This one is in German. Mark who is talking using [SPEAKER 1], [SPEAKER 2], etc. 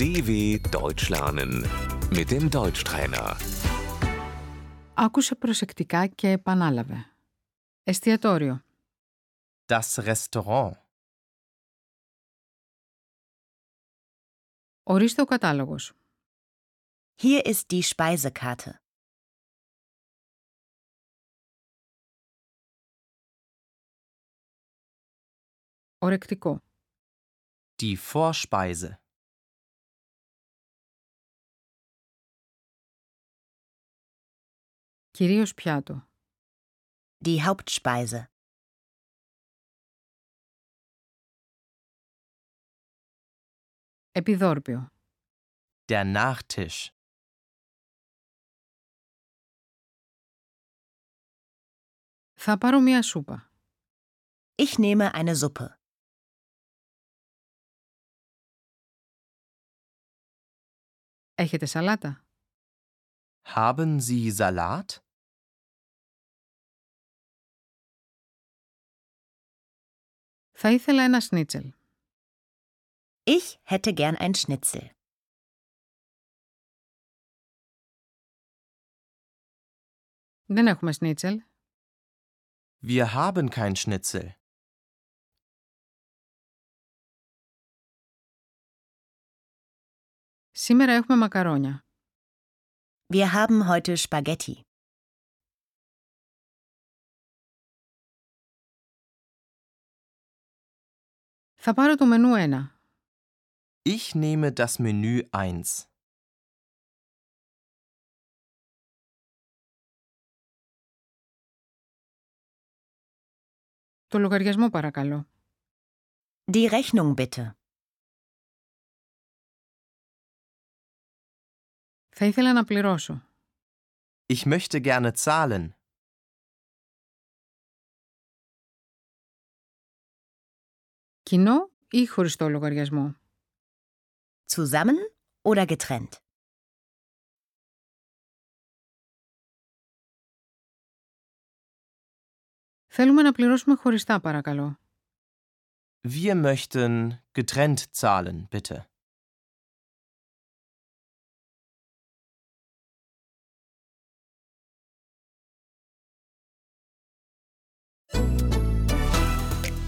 [SPEAKER 1] DW Deutsch lernen mit dem Deutschtrainer.
[SPEAKER 2] Άκουσε προσεκτικά και επανάλαβε. Εστιατόριο.
[SPEAKER 3] Das Restaurant.
[SPEAKER 2] Ορίστε ο κατάλογος.
[SPEAKER 4] Hier ist die Speisekarte.
[SPEAKER 2] Ορεκτικό.
[SPEAKER 3] Die Vorspeise.
[SPEAKER 2] Κυρίως πιάτο.
[SPEAKER 4] Die Hauptspeise.
[SPEAKER 2] Επιδόρπιο.
[SPEAKER 3] Der Nachtisch.
[SPEAKER 2] Θα πάρω μία σούπα.
[SPEAKER 4] Ich nehme eine Suppe.
[SPEAKER 2] Έχετε σαλάτα.
[SPEAKER 3] Haben Sie Salat?
[SPEAKER 2] Θα ήθελα ένα σνίτσελ.
[SPEAKER 4] Ich hätte gern ein Schnitzel.
[SPEAKER 2] Δεν έχουμε σνίτσελ.
[SPEAKER 3] Wir haben kein Schnitzel.
[SPEAKER 2] Σήμερα έχουμε μακαρόνια.
[SPEAKER 4] Wir haben heute Spaghetti.
[SPEAKER 2] Θα πάρω το μενού 1.
[SPEAKER 3] Ich nehme das Menü 1.
[SPEAKER 2] Το λογαριασμό παρακαλώ.
[SPEAKER 4] Die Rechnung bitte.
[SPEAKER 2] Θα ήθελα να πληρώσω.
[SPEAKER 3] Ich möchte gerne zahlen.
[SPEAKER 2] Κοινό ή χωριστό λογαριασμό.
[SPEAKER 4] Zusammen oder getrennt?
[SPEAKER 2] Θέλουμε να πληρώσουμε χωριστά παρακαλώ.
[SPEAKER 3] Wir möchten getrennt zahlen, bitte.